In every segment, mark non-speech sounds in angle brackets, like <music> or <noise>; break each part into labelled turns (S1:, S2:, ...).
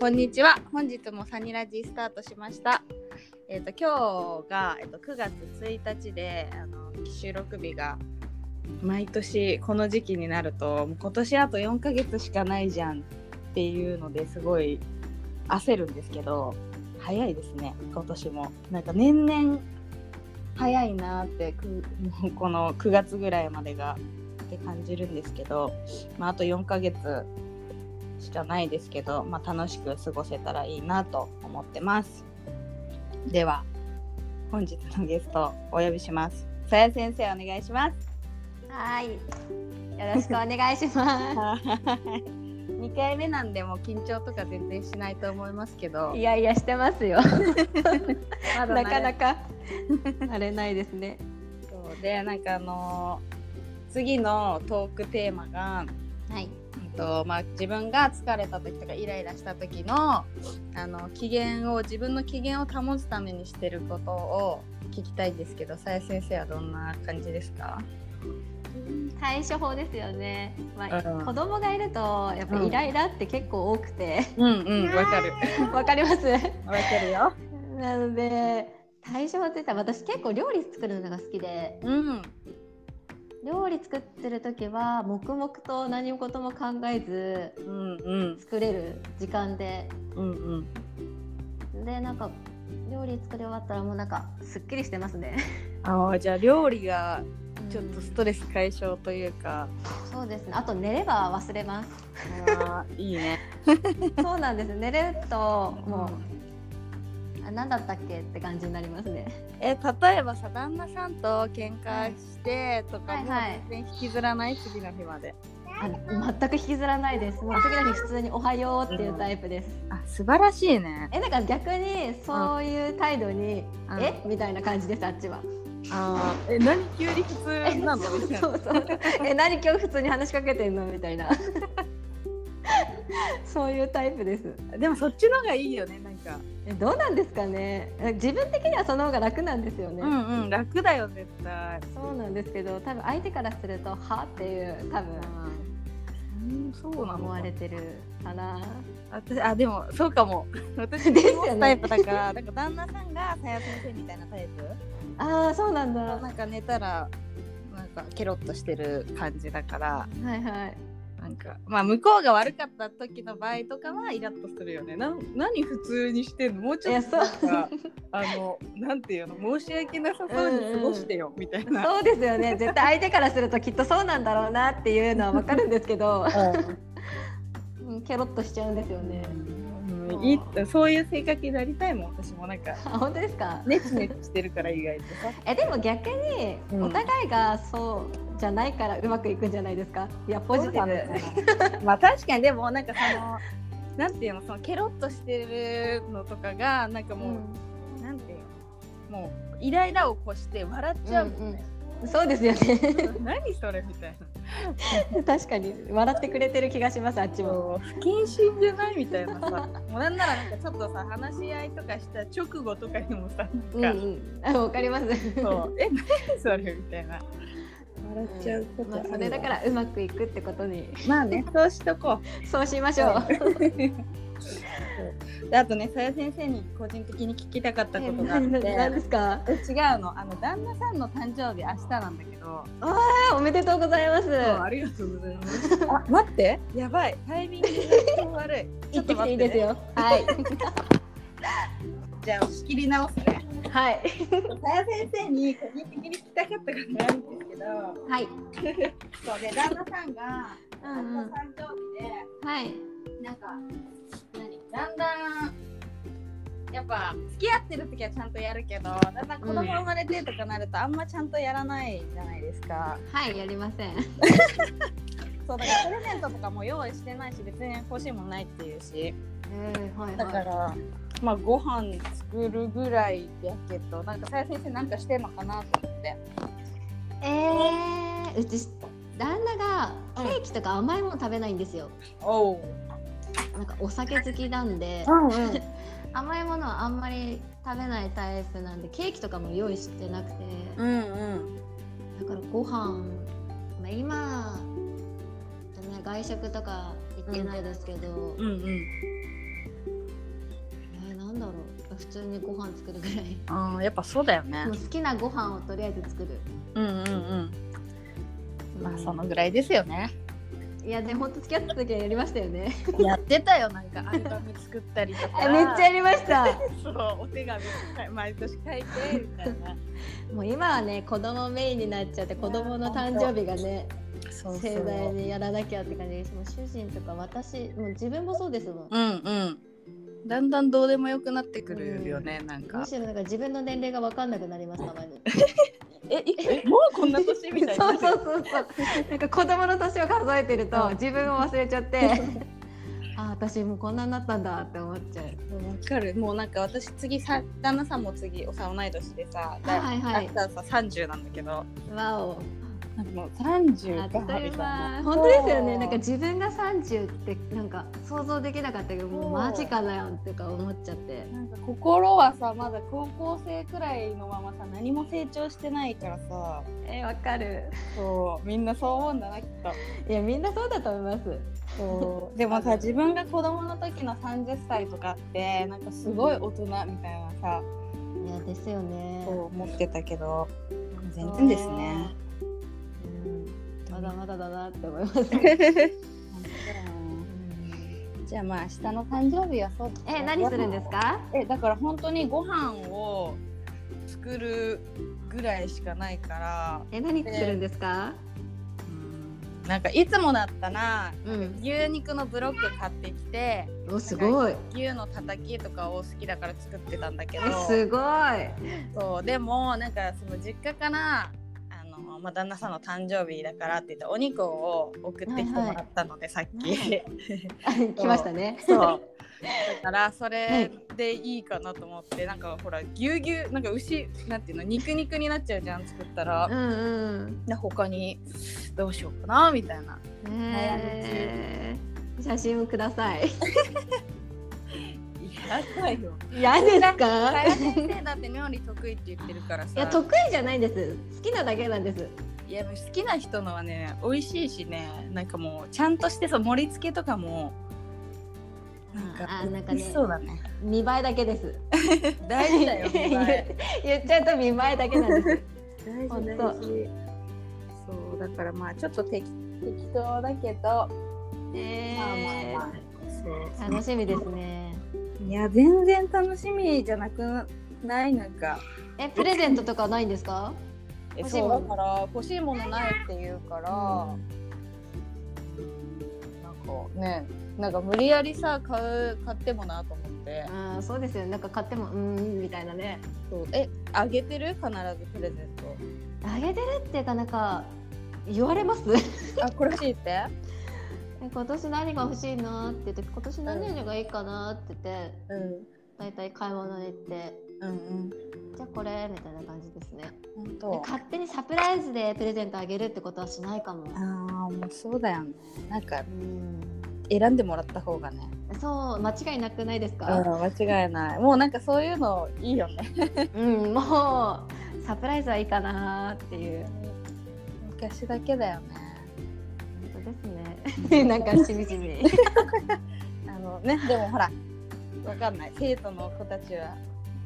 S1: こんにちは。本日もサニラジスタートしました。えっ、と今日がえっ、と9月1日であの収録日が毎年この時期になるともう今年あと4ヶ月しかないじゃんっていうのですごい焦るんですけど早いですね今年もなんか年々早いなーってく <laughs> もうこの9月ぐらいまでがって感じるんですけど、まあ、あと4ヶ月しかないですけど、まあ、楽しく過ごせたらいいなと思ってますでは本日のゲストをお呼びしますさや先生お願いします <laughs>
S2: はい。よろしくお願いしま
S1: 2回目なんでもう緊張とか全然しないと思いますけど
S2: す。いやいやしてますよ。
S1: まだ慣れ
S2: なかなか慣れないですね。
S1: そうでなんかあのー次のトークテーマが、
S2: はい。
S1: うんとまあ、自分が疲れた時とかイライラした時のあの機嫌を自分の機嫌を保つためにしてることを聞きたいんですけどさや先生はどんな感じですか
S2: 対処法ですよね。まあ、
S1: うん
S2: 子供がいるとやっぱイライラって結構多くて
S1: <laughs> うんうんわかる
S2: わかります。
S1: わかるよ
S2: なので対処法って言ったら私結構料理作るのが好きで
S1: うん
S2: 料理作ってる時は黙々と何事も考えず
S1: うんうん
S2: 作れる時間で
S1: うんうん
S2: でなんか料理作り終わったらもうなんかすっきりしてますね。
S1: あーじゃあ料理がちょっとスト
S2: レ
S1: レス解消というか、
S2: スそうですねあと寝れば忘
S1: <laughs>
S2: れます
S1: あーいい <laughs> ね
S2: そうなんです寝れるともうあ何だったっけって感じになりますね
S1: え例えばさ旦那さんと喧嘩してとか
S2: はい
S1: もう
S2: はい
S1: 全然引きずらない次の日まで
S2: あ全く引きずらないですもう次の日普通に「おはよう」っていうタイプです、
S1: あ素晴らしいね
S2: えなんか逆にそういう態度に「
S1: うん
S2: えみたいな感じですあっちは
S1: あーえ何急に普
S2: 「え
S1: 通なの
S2: そう
S1: みたい
S2: そ
S1: な
S2: うそうえ何今日普通に話しかけてんの?」みたい
S1: <laughs>
S2: なそういうタイプです
S1: でもそっちの方がいいよねなんか
S2: えどうなんですかねえ自分的にはその方が楽なんですよね、
S1: うんうん楽だよ絶対
S2: そうなんですけど多分相手からすると「は?」っていう多分
S1: うんそうな
S2: 思
S1: の
S2: われてるかな
S1: 私あでもそうかも私
S2: ですよね
S1: 持つタイプだからなんか旦那さんがさや先生みたいなタイプ
S2: あーそうなんだは
S1: なんか寝たらなんかケロッとしてる感じだから
S2: いはい
S1: なんかまあ向こうが悪かった時の場合とかはイラッとするよねなん何普通にしてんのもうちょっと
S2: い
S1: な
S2: や
S1: ん
S2: そう
S1: かあのなんていうの申し訳なさそうに過ごしてよ、みたいな。
S2: そうですよね絶対相手からするときっとそうなんだろうなっていうのは分かるんですけど <laughs> うんケロッとしちゃうんですよね
S1: うんいいそういう性格になりたいもん私もなんか
S2: あ本当ですか
S1: ネチネチしてるから意外とさ
S2: えでも逆に
S1: うん
S2: お互いがそうじゃないからうまくいくんじゃないですかいや <laughs> ポジティブ
S1: ブ。まあ確かにでもなんかそのなんていうのそのケロッとしてるのとかがなんかもう、なんていうのもうイライラを越して笑っちゃうみたい
S2: うんそうですよね <laughs>
S1: な、 <laughs> 何それみたいな
S2: 確かに笑ってくれてる気がしますあっちも
S1: もう不謹慎じゃないみたいな
S2: <laughs>
S1: さもうなんならなんかちょっとさ話し合いとかした直後とかにもさ
S2: うん
S1: な
S2: うん
S1: か、
S2: んあわかります <laughs>
S1: そうえ何それみたいな笑っちゃうこと
S2: まあ、それだかららうまくいくってことに
S1: まあねそうしとこう
S2: そうしましょう。
S1: であとね、さや先生に個人的に聞きたかったことがあっ
S2: 何で
S1: て。
S2: すか。
S1: え違うの、あの旦那さんの誕生日明日なんだけど。
S2: おめでとうございます。
S1: ありがとうございます。あ、待って、やばい、タイミングが悪い。
S2: 行ってきていいですよ。はい。
S1: じゃあ、仕切り直すね。
S2: <laughs> はい。
S1: さや先生に個人的に聞きたかったことがあるんですけど。
S2: はい。
S1: そうで、旦那さんが、
S2: う
S1: あ
S2: ん
S1: の
S2: うん
S1: 誕生日で、
S2: はい。
S1: なんか。何だんだん。やっぱ付き合ってる時はちゃんとやるけどだんだん子供生まれてとかなるとあんまちゃんとやらないじゃないですか、
S2: はい、やりません。
S1: そうだからプレゼントとかも用意してないし別に欲しいもんないっていうし
S2: うん、はい、
S1: だか
S2: はい。
S1: らまあご飯作るぐらいやけどなんかさや先生なんかしてんのかなと思って
S2: ええー、うち旦那がケーキとか甘いもの食べないんですよ。
S1: おう
S2: なんかお酒好きなんで、
S1: んうん
S2: 甘いものはあんまり食べないタイプなんで、ケーキとかも用意してなくて。
S1: うん
S2: だからご飯、まあ、今、ね、外食とか行ってないですけど、
S1: うんうん
S2: か普通にご飯作るぐらい
S1: あーやっぱそうだよね
S2: もう好きなご飯をとりあえず作る、
S1: うんうんうんま
S2: う
S1: あ
S2: ん
S1: そのぐらいですよね
S2: いやでもほんと付き合った時はやりましたよ <laughs> ね
S1: やってたよなんかアルバム作ったりとか
S2: あめっちゃやりました
S1: そうお手紙毎年書いてみたいな
S2: <laughs> もう今はね子供メインになっちゃって子供の誕生日がね
S1: そうそ
S2: 盛大
S1: う
S2: にやらなきゃって感じですもう主人とか私もう自分もそうですもん
S1: うんうんだんだんどうでもよくなってくるよね、なん
S2: む
S1: か
S2: しろなんか自分の年齢が分かんなくなりますたまに
S1: ええもうこんな年みたいな
S2: <laughs> そうそうそうそう <laughs> なんか子供の年を数えてると
S1: うん
S2: 自分を忘れちゃって <laughs> あ私もうこんなになったんだって思っちゃう
S1: わかるもうなんか私次さ旦那さんも次おさ同い年でさ、だ
S2: はいはい
S1: あささ30なんだけど
S2: わお
S1: なんかもう30
S2: あ
S1: が
S2: っとい
S1: み
S2: う
S1: たいな
S2: 間本当ですよねなんか自分が30ってなんか想像できなかったけどもうマジかなよってか思っちゃって
S1: なんか心はさまだ高校生くらいのままさ何も成長してないからさ
S2: えわかる
S1: そうみんなそう思うんだなきっと
S2: いやみんなそうだと思います
S1: そうでもさ自分が子供の時の30歳とかってなんかすごい大人みたいなさ
S2: いやですよね
S1: そう思ってたけど全然ですね。
S2: うんまだまだだなって思います。
S1: じゃあまあ明日の誕生日はそうだね
S2: え、何するんですか？
S1: えだから本当にご飯を作るぐらいしかないから
S2: え、何するんですか？
S1: なんかいつもだったら
S2: うん。
S1: 牛肉のブロック買ってきて
S2: お、すごい。え、
S1: 牛のたたきとかを好きだから作ってたんだけど
S2: すごい。
S1: そうでもなんかその実家からあの、まあ、旦那さんの誕生日だからって言ってお肉を送ってきてもらったので、さっき。
S2: は <laughs> 来ましたね。
S1: <laughs> そうだからそれでいいかなと思って、なんかほらぎゅうぎゅうなんか牛なんていうの肉肉になっちゃうじゃん作ったら
S2: う、んうん。
S1: で他にどうしようかなみたいな
S2: えー写真をください。
S1: 嫌だよ
S2: 嫌ですか
S1: 加？谷先生だって料理得意って言ってるからさ
S2: いや得意じゃないんです。好きなだけなんです。
S1: いや好きな人のはね美味しいしねなんかもうちゃんとしてそう盛り付けとかもなんか
S2: あなんかね
S1: 美味しそうだね
S2: <laughs> 見栄えだけです。
S1: 大事だよ
S2: 言っ <laughs> 言っちゃうと見栄えだけなんです。
S1: 大
S2: ほん
S1: 事
S2: と
S1: 大事そうだからまあちょっと適適当だけど
S2: え
S1: まあまあま
S2: ー
S1: そう
S2: 楽しみですね。
S1: いや全然楽しみじゃなくないなんか
S2: え、プレゼントとかないんですか？
S1: え
S2: 欲しい
S1: そう
S2: も
S1: だ
S2: の
S1: から欲しいものないって言うから、なんかねなんか無理やりさ買う買ってもなと思って、
S2: あーそうですよねなんか買ってもうーんみたいなね
S1: そうえあげてる必ずプレゼン
S2: あげてるっていうかなんか言われます
S1: トあこれ欲しいって
S2: え今年何が欲しいなって言って今年何々がいいかなって言って
S1: うん
S2: 大体買い物に行って
S1: うんうん
S2: じゃあこれみたいな感じですね
S1: 本
S2: で
S1: 当
S2: 勝手にサプライズでプレゼントあげるってことはしないかも
S1: あーもうそうだよねなんか
S2: うん
S1: 選んでもらった方がね
S2: そう間違いなくないです
S1: うん
S2: か
S1: 間違いないもうなんかそういうのいいよね
S2: うんもうサプライズはいいかなっていう
S1: 昔だけだよね
S2: 本当ですね <laughs> なんかしみじみ
S1: あのねでもほらわかんない生徒の子たちは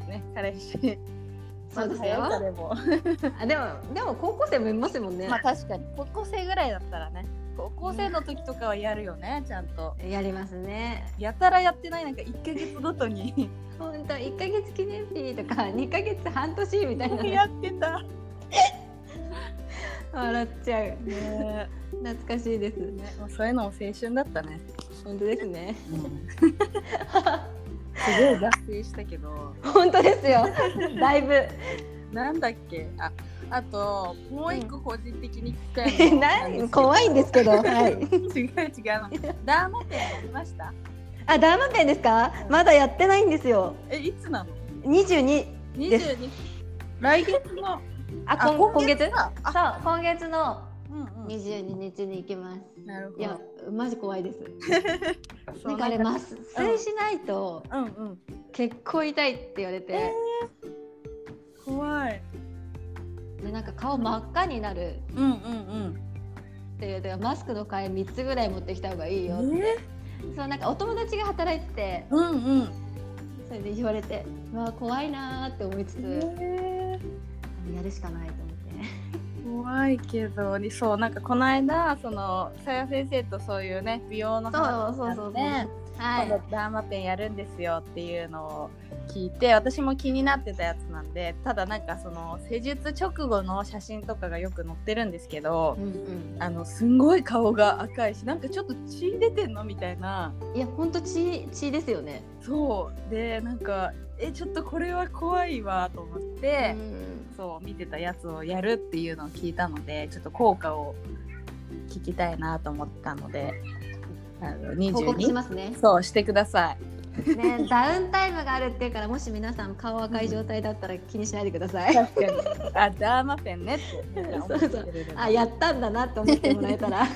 S1: ね彼氏
S2: そうで
S1: まあ
S2: す
S1: 早いか
S2: よ
S1: でも
S2: あでもでも高校生もいますもんね
S1: まあ確かに高校生ぐらいだったらね高校生の時とかはやるよねちゃんと
S2: やりますね。
S1: やたらやってないなんか1ヶ月ごとに
S2: 本当一ヶ月記念日とか二ヶ月半年みたいな
S1: やってた
S2: 笑っちゃう。
S1: ね
S2: 懐かしいです。
S1: ねもうそういうのも青春だったね、
S2: 本当ですね。
S1: すごい脱線したけど
S2: <laughs> 本当です <laughs> よ。だいぶ。
S1: なんだっけああともう一個個人的に聞きたい
S2: え
S1: の
S2: <laughs> 何怖いんですけど。はい。
S1: 違う違うあのダーマペンやりました
S2: あダーマペンですか？まだやってないんですよ。
S1: えいつなの
S2: 二十二。です
S1: 22来月の
S2: あ
S1: あ
S2: 今今月？
S1: かあ
S2: そう今月の
S1: うん
S2: 二十二日に行きます。
S1: うんなるほ
S2: いや
S1: ど
S2: マジ怖いです。
S1: そう
S2: なんかあれ麻酔しないと
S1: うんうん
S2: 結構痛いって言われて。
S1: え怖い
S2: でなんか顔真っ赤になるっ
S1: うんうん
S2: ていうでマスクの替え3つぐらい持ってきた方がいいよ、
S1: うんえ
S2: そうなんかお友達が働いてて
S1: うんうん
S2: それで言われてうわ怖いなーって思いつつ、
S1: え
S2: やるしかないと思って
S1: 怖いけどそうなんかこの間そのさや先生とそういうね美容の話
S2: そうそうそうそう
S1: ね
S2: は
S1: 今度ダーマペンやるんですよっていうのを聞いて私も気になってたやつなんでただなんかその施術直後の写真とかがよく載ってるんですけど、
S2: うんうん
S1: あのすんごい顔が赤いしなんかちょっと血出てんのみたいない
S2: やほんと血血ですよね、
S1: そうでなんかえちょっとこれは怖いわと思って、そう見てたやつをやるっていうのを聞いたのでちょっと効果を聞きたいなと思ったのであの
S2: うん、報告し
S1: 22
S2: ますね
S1: そうしてください。
S2: ねダウンタイムがあるっていうからもし皆さん顔赤い状態だったら気にしないでください、
S1: 確かにあダーマペンねってみんな思ってくれる
S2: <laughs> あやったんだなって思ってもらえた <laughs> ら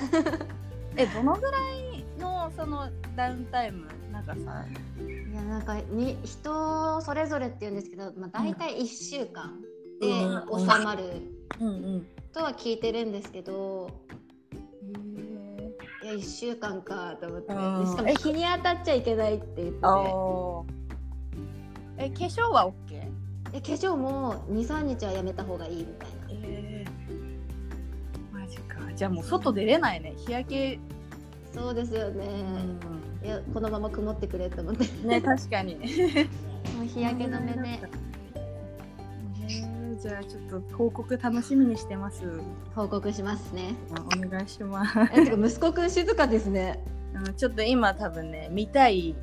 S1: えどのぐらいのそのダウンタイムなんかさ
S2: いやなんかに人それぞれって言うんですけど、まあ、大体1週間で
S1: うん
S2: 収まる
S1: うんうん
S2: とは聞いてるんですけど、いや1週間かと思って、
S1: うん
S2: しかも日に当たっちゃいけないって言ってて
S1: あーえ化粧は OK?
S2: え化粧も23日はやめた方がいいみたいな
S1: えー、マジかじゃあもう外出れないね日焼け、
S2: そうですよね、いやこのまま曇ってくれと思って
S1: ね確かに
S2: もう日焼け止めで
S1: じゃあちょっと報告楽しみにしてます。
S2: 報告しますね
S1: お願いします。
S2: えてか息子くん静かですね
S1: うんちょっと今多分ね見たい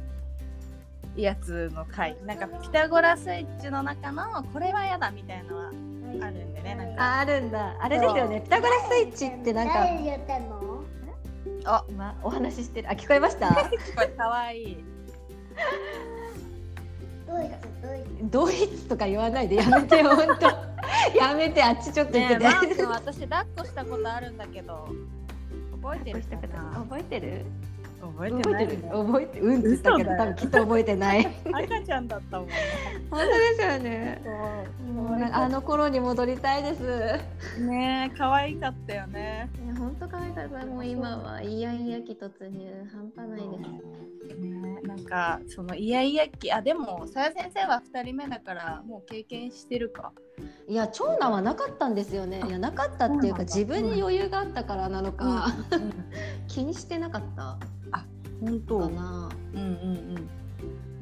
S1: やつの回なんかピタゴラスイッチの中のこれはやだみたいのはあるんでねなんか
S2: ああるんだあれですよねピタゴラスイッチってなん
S3: 誰
S2: か
S3: に言ったの
S1: あ
S2: まお話ししてるあ聞こえました <laughs>
S1: これかわいい
S3: ドイツドイツ
S2: ドイツとか言わないでやめてよほんと <laughs> やめてあっちちょっと行
S1: ね
S2: って
S1: え
S2: て、
S1: マー君私抱っこしたことあるんだけど覚えてるかな
S2: 覚えてる
S1: 覚え
S2: 覚えてる
S1: ない
S2: 覚えてうんって言ったけ
S1: 嘘
S2: ど多
S1: だ
S2: 分
S1: よ
S2: きっと覚えて <laughs> ない
S1: 赤ちゃんだったもんね
S2: 本当ですよねもうなんかあの頃に戻りたいです
S1: ねえ可愛かったよね
S2: 本当可愛かったもう今はいやいや期突入半端ないです
S1: ねえなんかそのイヤイヤ期あでもさや先生は2人目だからもう経験してるか
S2: いや長男はなかったんですよねいやなかったっていうか
S1: そ
S2: 自
S1: うなんだ
S2: 分に余裕があったからなのか、
S1: うん
S2: 気にしてなかった
S1: 本当
S2: かな
S1: うんうん
S2: な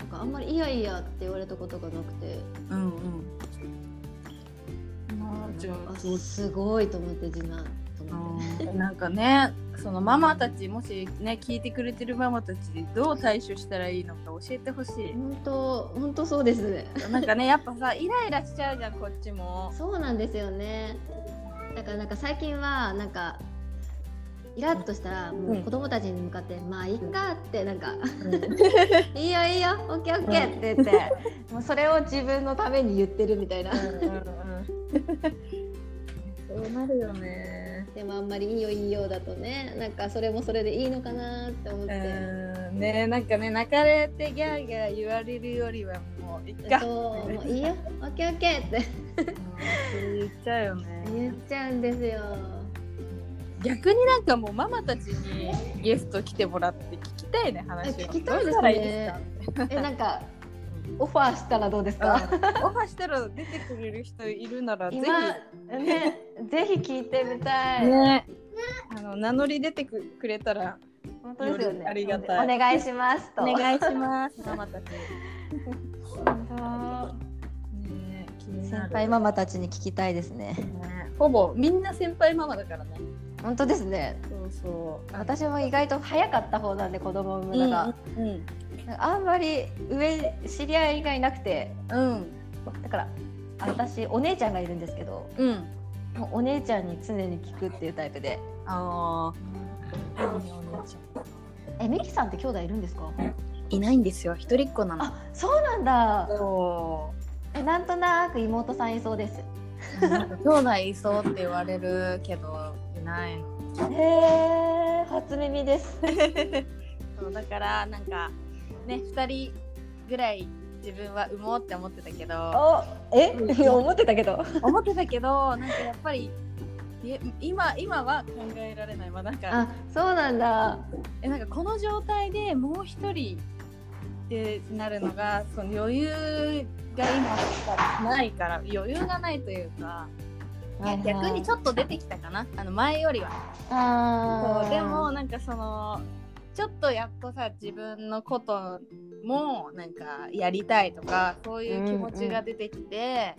S2: んかあんまりいやいやって言われたことがなくて
S1: うんうんうんまあじゃ
S2: あ
S1: あ
S2: すごいと思って次男と思って
S1: なんかねそのママたちもしね聞いてくれてるママたちどう対処したらいいのか教えてほしい
S2: 本当本当そうですね
S1: なんかねやっぱさイライラしちゃうじゃんこっちも
S2: そうなんですよね。だからなんか最近はなんかイラッとしたらもう子供たちに向かって、まあいいかってな
S1: <laughs>
S2: んかいいよいいよオッケーオッケーって言ってもうそれを自分のために言ってるみたいな。
S1: そうなるよね
S2: でもあんまりいいよいいよだとねなんかそれもそれでいいのかなって思っ
S1: う
S2: て。
S1: ーんねなんかね泣かれてギャーギャー言われるよりはもういっか
S2: そうもういいよオッケーオッケーって
S1: うん言っちゃうよね
S2: 言っちゃうんですよ。
S1: 逆になんかもうママたちにゲスト来てもらって聞きたいね話を
S2: 聞きたい
S1: どう
S2: ですね
S1: したらいいですか
S2: <laughs> えなんかオファーしたらどうですか？
S1: うんオファーしたら出てくれる人いるならぜ
S2: 今ねぜひ聞いてみた
S1: ひ
S2: い。
S1: ねあの名乗り出てくれたら
S2: 本当ですよね。
S1: ありがたい
S2: お願いしますと。
S1: お願いします <laughs> ママたちね気にな
S2: 先
S1: る
S2: 輩ママたちに聞きたいですね。
S1: ねほぼみんな先輩ママだからね
S2: 本当ですね。
S1: そうそう
S2: 私も意外と早かった方なんで子供を産むのが、
S1: うん
S2: あんまり上知り合いがいなくて、
S1: うん
S2: だから私お姉ちゃんがいるんですけど、
S1: うん
S2: もうお姉ちゃんに常に聞くっていうタイプで。
S1: ああ
S2: えミキさんって兄弟いるんですか？
S1: いないんですよ一人っ子なの
S2: あそうなんだ。
S1: そう
S2: えなんとなく妹さんいそうです。
S1: なんか兄弟いそうって言われるけどいない
S2: へえ初耳です。
S1: <laughs> そうだからなんかね2人ぐらい自分は産もうって思ってたけど
S2: おえ思ってたけど。
S1: <laughs> 思ってたけどなんかやっぱりい今今は考えられないまあなんか
S2: あそうなんだ。
S1: えなんかこの状態でもう一人ってなるのがその余裕が今ないから余裕がないというか、逆にち
S4: ょっ
S1: ょっと出てきたかなあの前よりは。
S4: とあ
S1: そ
S4: ー
S1: うでもなんかそのちょっとやっとさ自分のこともなんかやりたいとかそういう気持ちが出てきて、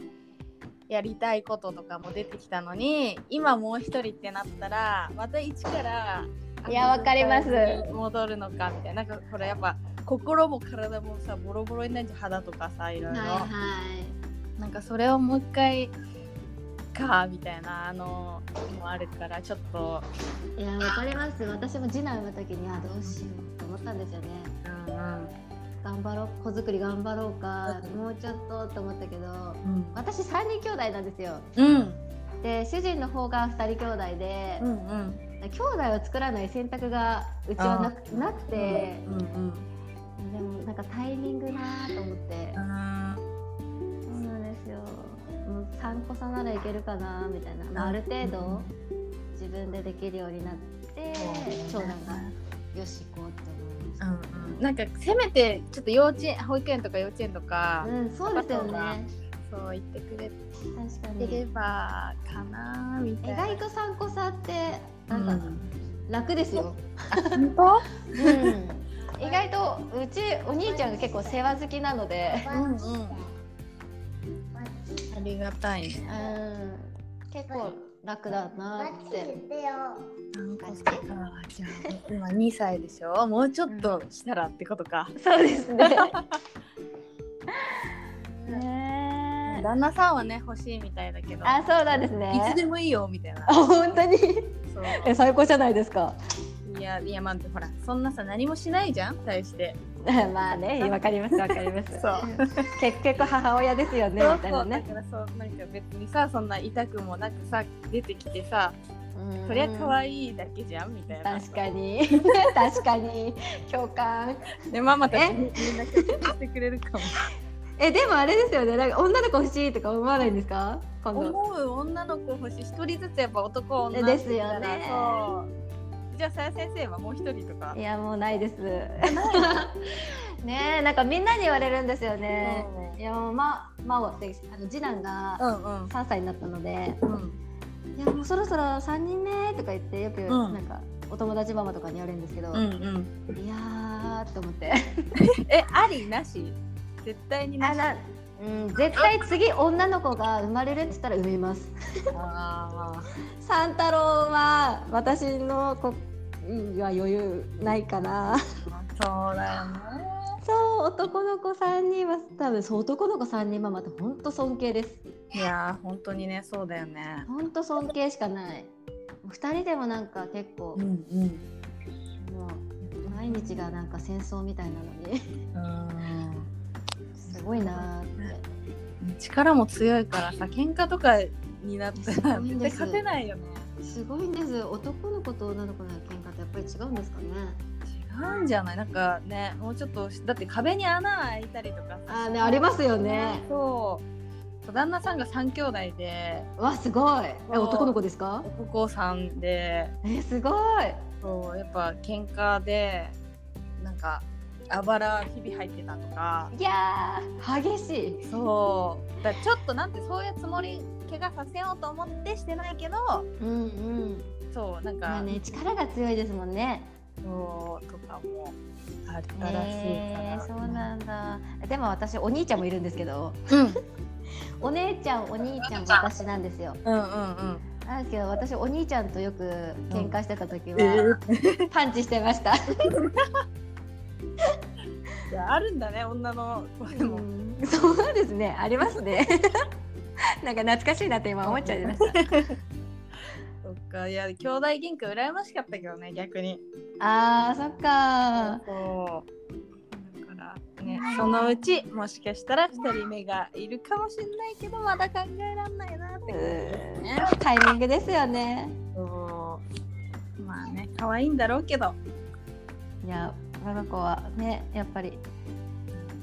S1: やりたいこととかも出てきたのに今もう一人ってなったらまた一から
S4: いやわかります
S1: 戻るのかみたいななんかこれやっぱ心も体もさボロボロになっちゃう肌とかさいろい
S2: はい
S1: ろ、
S2: はい
S1: なんかそれをもう一回かみたいなあのもあるからちょっと。
S2: いやわかります私も次男産む時にあどうしようと思ったんですよね頑張ろう子作り頑張ろうかもうちょっとと思ったけ
S1: う
S2: ど
S1: ん
S2: 私3人兄弟なんですよ
S1: うん
S2: で主人の方が2人兄弟で、
S1: うんうん
S2: 兄弟を作らない選択がうちはなくなくて、
S1: うん
S2: でもなんかタイミングなーと思って
S1: う、ん
S2: そうなんですよもう3個差ならいけるかなーみたいな、まあ、ある程度自分でできるようになって長男がよし行こうって思いました、
S1: うんなんかせめてちょっと幼稚園保育園とか幼稚園とか、
S2: うん、そうですよね。
S1: そう言ってくれて
S2: 確か
S1: れ
S2: に。
S1: ばかなみた
S2: 意
S1: いな。
S2: 外と参考さって、なんか楽ですよ。
S1: 本当？
S2: <laughs> 意外と、うちお兄ちゃんが結構世話好きなので。
S1: うんうんありがたいね。
S2: うん、結構楽だなって。
S1: なんかさじゃあ今2歳でしょ。もうちょっとしたらってことか。
S2: そうで
S1: <laughs>
S2: すね。
S4: ね
S1: 旦那さんはね欲しいみたいだけど。
S2: あ、そうなんですね。
S1: いつでもいいよみたいな
S2: あ、。本当に。
S1: そう
S2: え、最高じゃないで
S1: <laughs>
S2: すか。
S1: いやいやまあほらそんなさ何もしないじゃん対して。
S2: まあね、わかります、わかります。
S1: そう。
S2: 結局母親ですよね、
S1: そう
S2: みたい
S1: そ
S2: な
S1: うだ
S2: ね。
S1: からそうなんか別にさそんな痛くもなくさ出てきてさ
S2: うん
S1: そりゃ可愛いだけじゃんみたいな
S2: 確かに確
S1: <laughs>
S2: かに共感
S1: でママたち
S2: え
S1: みんな協力してくれるかも
S2: えでもあれですよねなんか女の子欲しいとか思わないんですか今度
S1: 思う女の子欲しい一人ずつやっぱ男女
S2: えですよね
S1: そうじゃあさや先生はもう一人とか
S2: いやもうないです <laughs> ねえなんかみんなに言われるんですよねいやもうままおってあの次男
S1: う
S2: が
S1: んうん
S2: 3歳になったので
S1: うん
S2: 「いやもうそろそろ3人目」とか言ってよく
S1: うん
S2: なんかお友達ママとかに言われるんですけど、
S1: うんうん
S2: いやーって思って
S1: えありなし絶対にな
S2: あ
S1: し
S2: なうん絶対次女の子が生まれるって言ったら産みます
S1: <laughs> あ
S2: サンタロウは私のこは余裕ないかな。
S1: ーそうだよね
S2: そう男の子三人は多分そう男の子三人ママって本当尊敬です。
S1: いやー本当にねそうだよね
S2: 本当尊敬しかない。二人でもなんか結構、
S1: んうん
S2: もう毎日がなんか戦争みたいなのに <laughs>
S1: うん
S2: すごいなーって。
S1: 力も強いからさ喧嘩とかになった
S2: すご
S1: ら
S2: い
S1: 絶
S2: んで
S1: 対
S2: す
S1: 勝てないよね
S2: すごいんです。男の子と女の子の喧嘩ってやっぱり違うんですかね。
S1: 違うんじゃないなんかねもうちょっとだって壁に穴開いたりとか
S2: あーねありますよね。
S1: そうそう旦那さんが3兄弟で
S2: わすごい。え
S1: そう
S2: 男の子ですか？
S1: 男さんで
S2: えすごい。
S1: そうやっぱ喧嘩でなんかあばらひび入ってたとか
S2: いやー激しい。
S1: そうだからちょっとなんてそういうつもり怪我させようと思ってしてないけど
S2: うんうん。
S1: そうなん
S2: まあ
S1: か、
S2: ね力が強いですもんね。
S1: そうとかもあったらしいから、
S2: えー、そうなんだ。でも私お兄ちゃんもいるんですけど、
S1: うん
S2: お姉ちゃんお兄ちゃん私なんですよ。
S1: うんうん
S2: なんですけど私お兄ちゃんとよく喧嘩してた時
S1: うん。え
S2: は、パンチしてました。
S1: えあるんだね、女の子でも。
S2: そうですねありますね。 <laughs> なんか懐かしいなって今思っちゃいました。
S1: そっか、いや、兄弟喧嘩羨ましかったけどね、逆に。
S2: あーそっか
S1: そう。だから、ね、そのうち、もしかしたら二人目がいるかもしれないけど、まだ考えらんないなって感
S2: うー
S1: じ
S2: ん
S1: ね。
S2: タイミングですよね。
S1: そう。まあね、可愛いんだろうけど。
S2: いや我が子はねやっぱり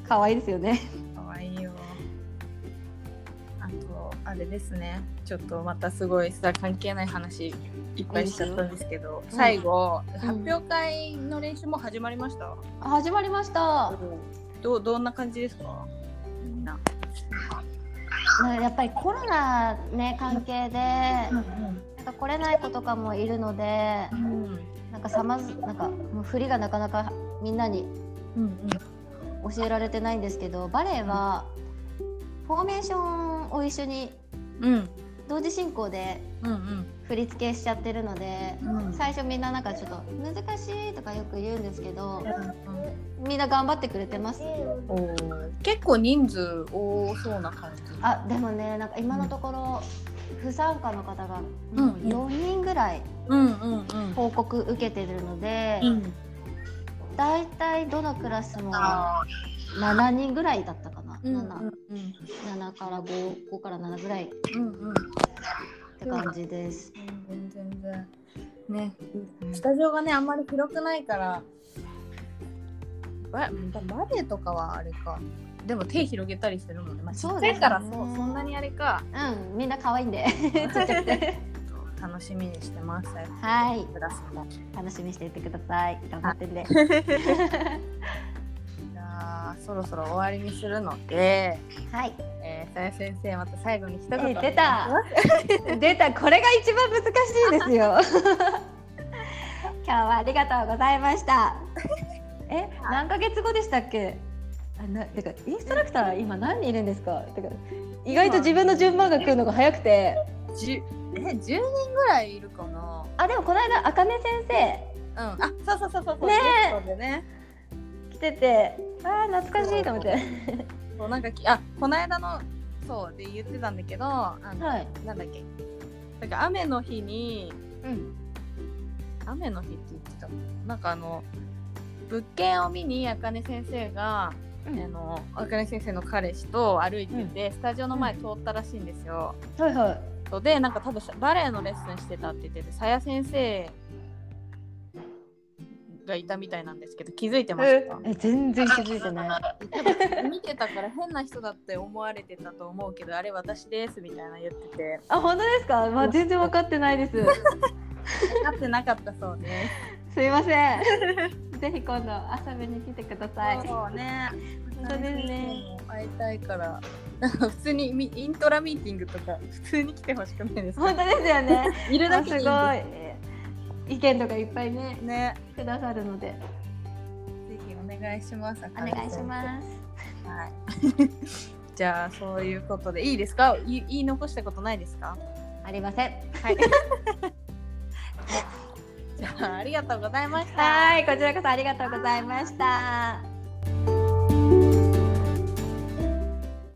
S2: 可愛いですよね。
S1: 可愛いよ。あと、あれですね。ちょっとまたすごいさ、関係ない話いっぱいしちゃったんですけど、
S2: すよ
S1: 最後、
S2: ん
S1: 発表会の練習も始まりました。
S2: 始まりました。
S1: どうどんな感じですか？みんな。
S2: なんかやっぱりコロナね関係でなんか来れない子とかもいるので
S1: うん
S2: なんかさまずなんかもう振りがなかなかみんなに
S1: うん
S2: 教えられてないんですけどバレエはフォーメーションを一緒に
S1: うん
S2: 同時進行で
S1: うん
S2: 振り付けしちゃってるので
S1: うん。
S2: 最初みんななんかちょっと難しいとかよく言うんですけどみんな頑張ってくれてます
S1: おー結構人数多そうな感じ。
S2: あでもねなんか今のところ不参加の方が
S1: うん
S2: 4人ぐらい
S1: うんうんうん。
S2: 報告受けてるので
S1: うん
S2: だいたいどのクラスも7人ぐらいだったかな
S1: うん
S2: 7 7から5 5から7ぐらいっ
S1: うんうん。
S2: て感じです。
S1: 全然全然ねスタジオがねあんまり広くないからババレエとかはあれかでも手広げたりするもんね、まあ、
S2: そう
S1: 小
S2: です
S1: さ
S2: ね
S1: いからそそんなにあれか
S2: うん、みんな可愛い
S1: <laughs>
S2: んで
S1: 楽しみにしてます
S2: はい
S1: ブラスもじ
S2: 楽しみにしていてください頑張っ
S1: <laughs>
S2: てね
S1: ゃあそろそろ終わりにするので、
S2: はい
S1: えー、さや先生また最後に一言、
S2: えー出た出たこれが一番難しいですよ
S1: <laughs>
S2: 今日はありがとうござい
S1: <laughs>
S2: ましたえ何ヶ月後でしたっけあなてかインストラクター今何人いるんですかてか意外と自分の順番が来るのが早くて
S1: じゅえ10人ぐらいいるかな
S2: あでもこの間あかね先
S1: うんあそうそうそうそうそう
S2: ねえ
S1: ゲストでね
S2: 生来ててあー懐かしいと思って
S1: そうなんかきあこの間のそうで言ってたんだけどあの、
S2: はい
S1: なんだっけなんか雨の日に
S2: うん
S1: 雨の日って言ってたのなんかあの物件を見にあかね先生が、
S2: うん
S1: あのあかね先生の彼氏と歩いてて、スタジオの前通ったらしいんですよ。
S2: はいはい
S1: そうでなんか多分バレエのレッスンしてたって言っててさや先生がいたみたいなんですけど気づいてましたか
S2: え全然気づいてない
S1: 見てたから変な人だって思われてたと思うけどあれ私ですみたいな言ってて
S2: あ本当ですかまあ全然分かってない <laughs> です
S1: 分かってなかったそうです
S2: いませ <laughs> んぜひ今度遊びに来てください
S1: そうね。
S2: 本当ですね。
S1: 会いたいから。なんか普通にみイントラミーティングとか普通に来てほしくないですか
S2: 本。当ですよね。 <laughs>
S1: いるだ
S2: あ
S1: けでいいん
S2: すごい
S1: で
S2: えー意見とかいっぱいね
S1: すね。
S2: くださるので
S1: ぜひお願いします。
S2: お願いします。
S1: す。はい。 <laughs> じゃあそういうことでいいですか。い言い残したことないですか。 <laughs>
S2: ありません。
S1: じゃあありがとうございました。
S2: はい、こちらこそありがとうございました。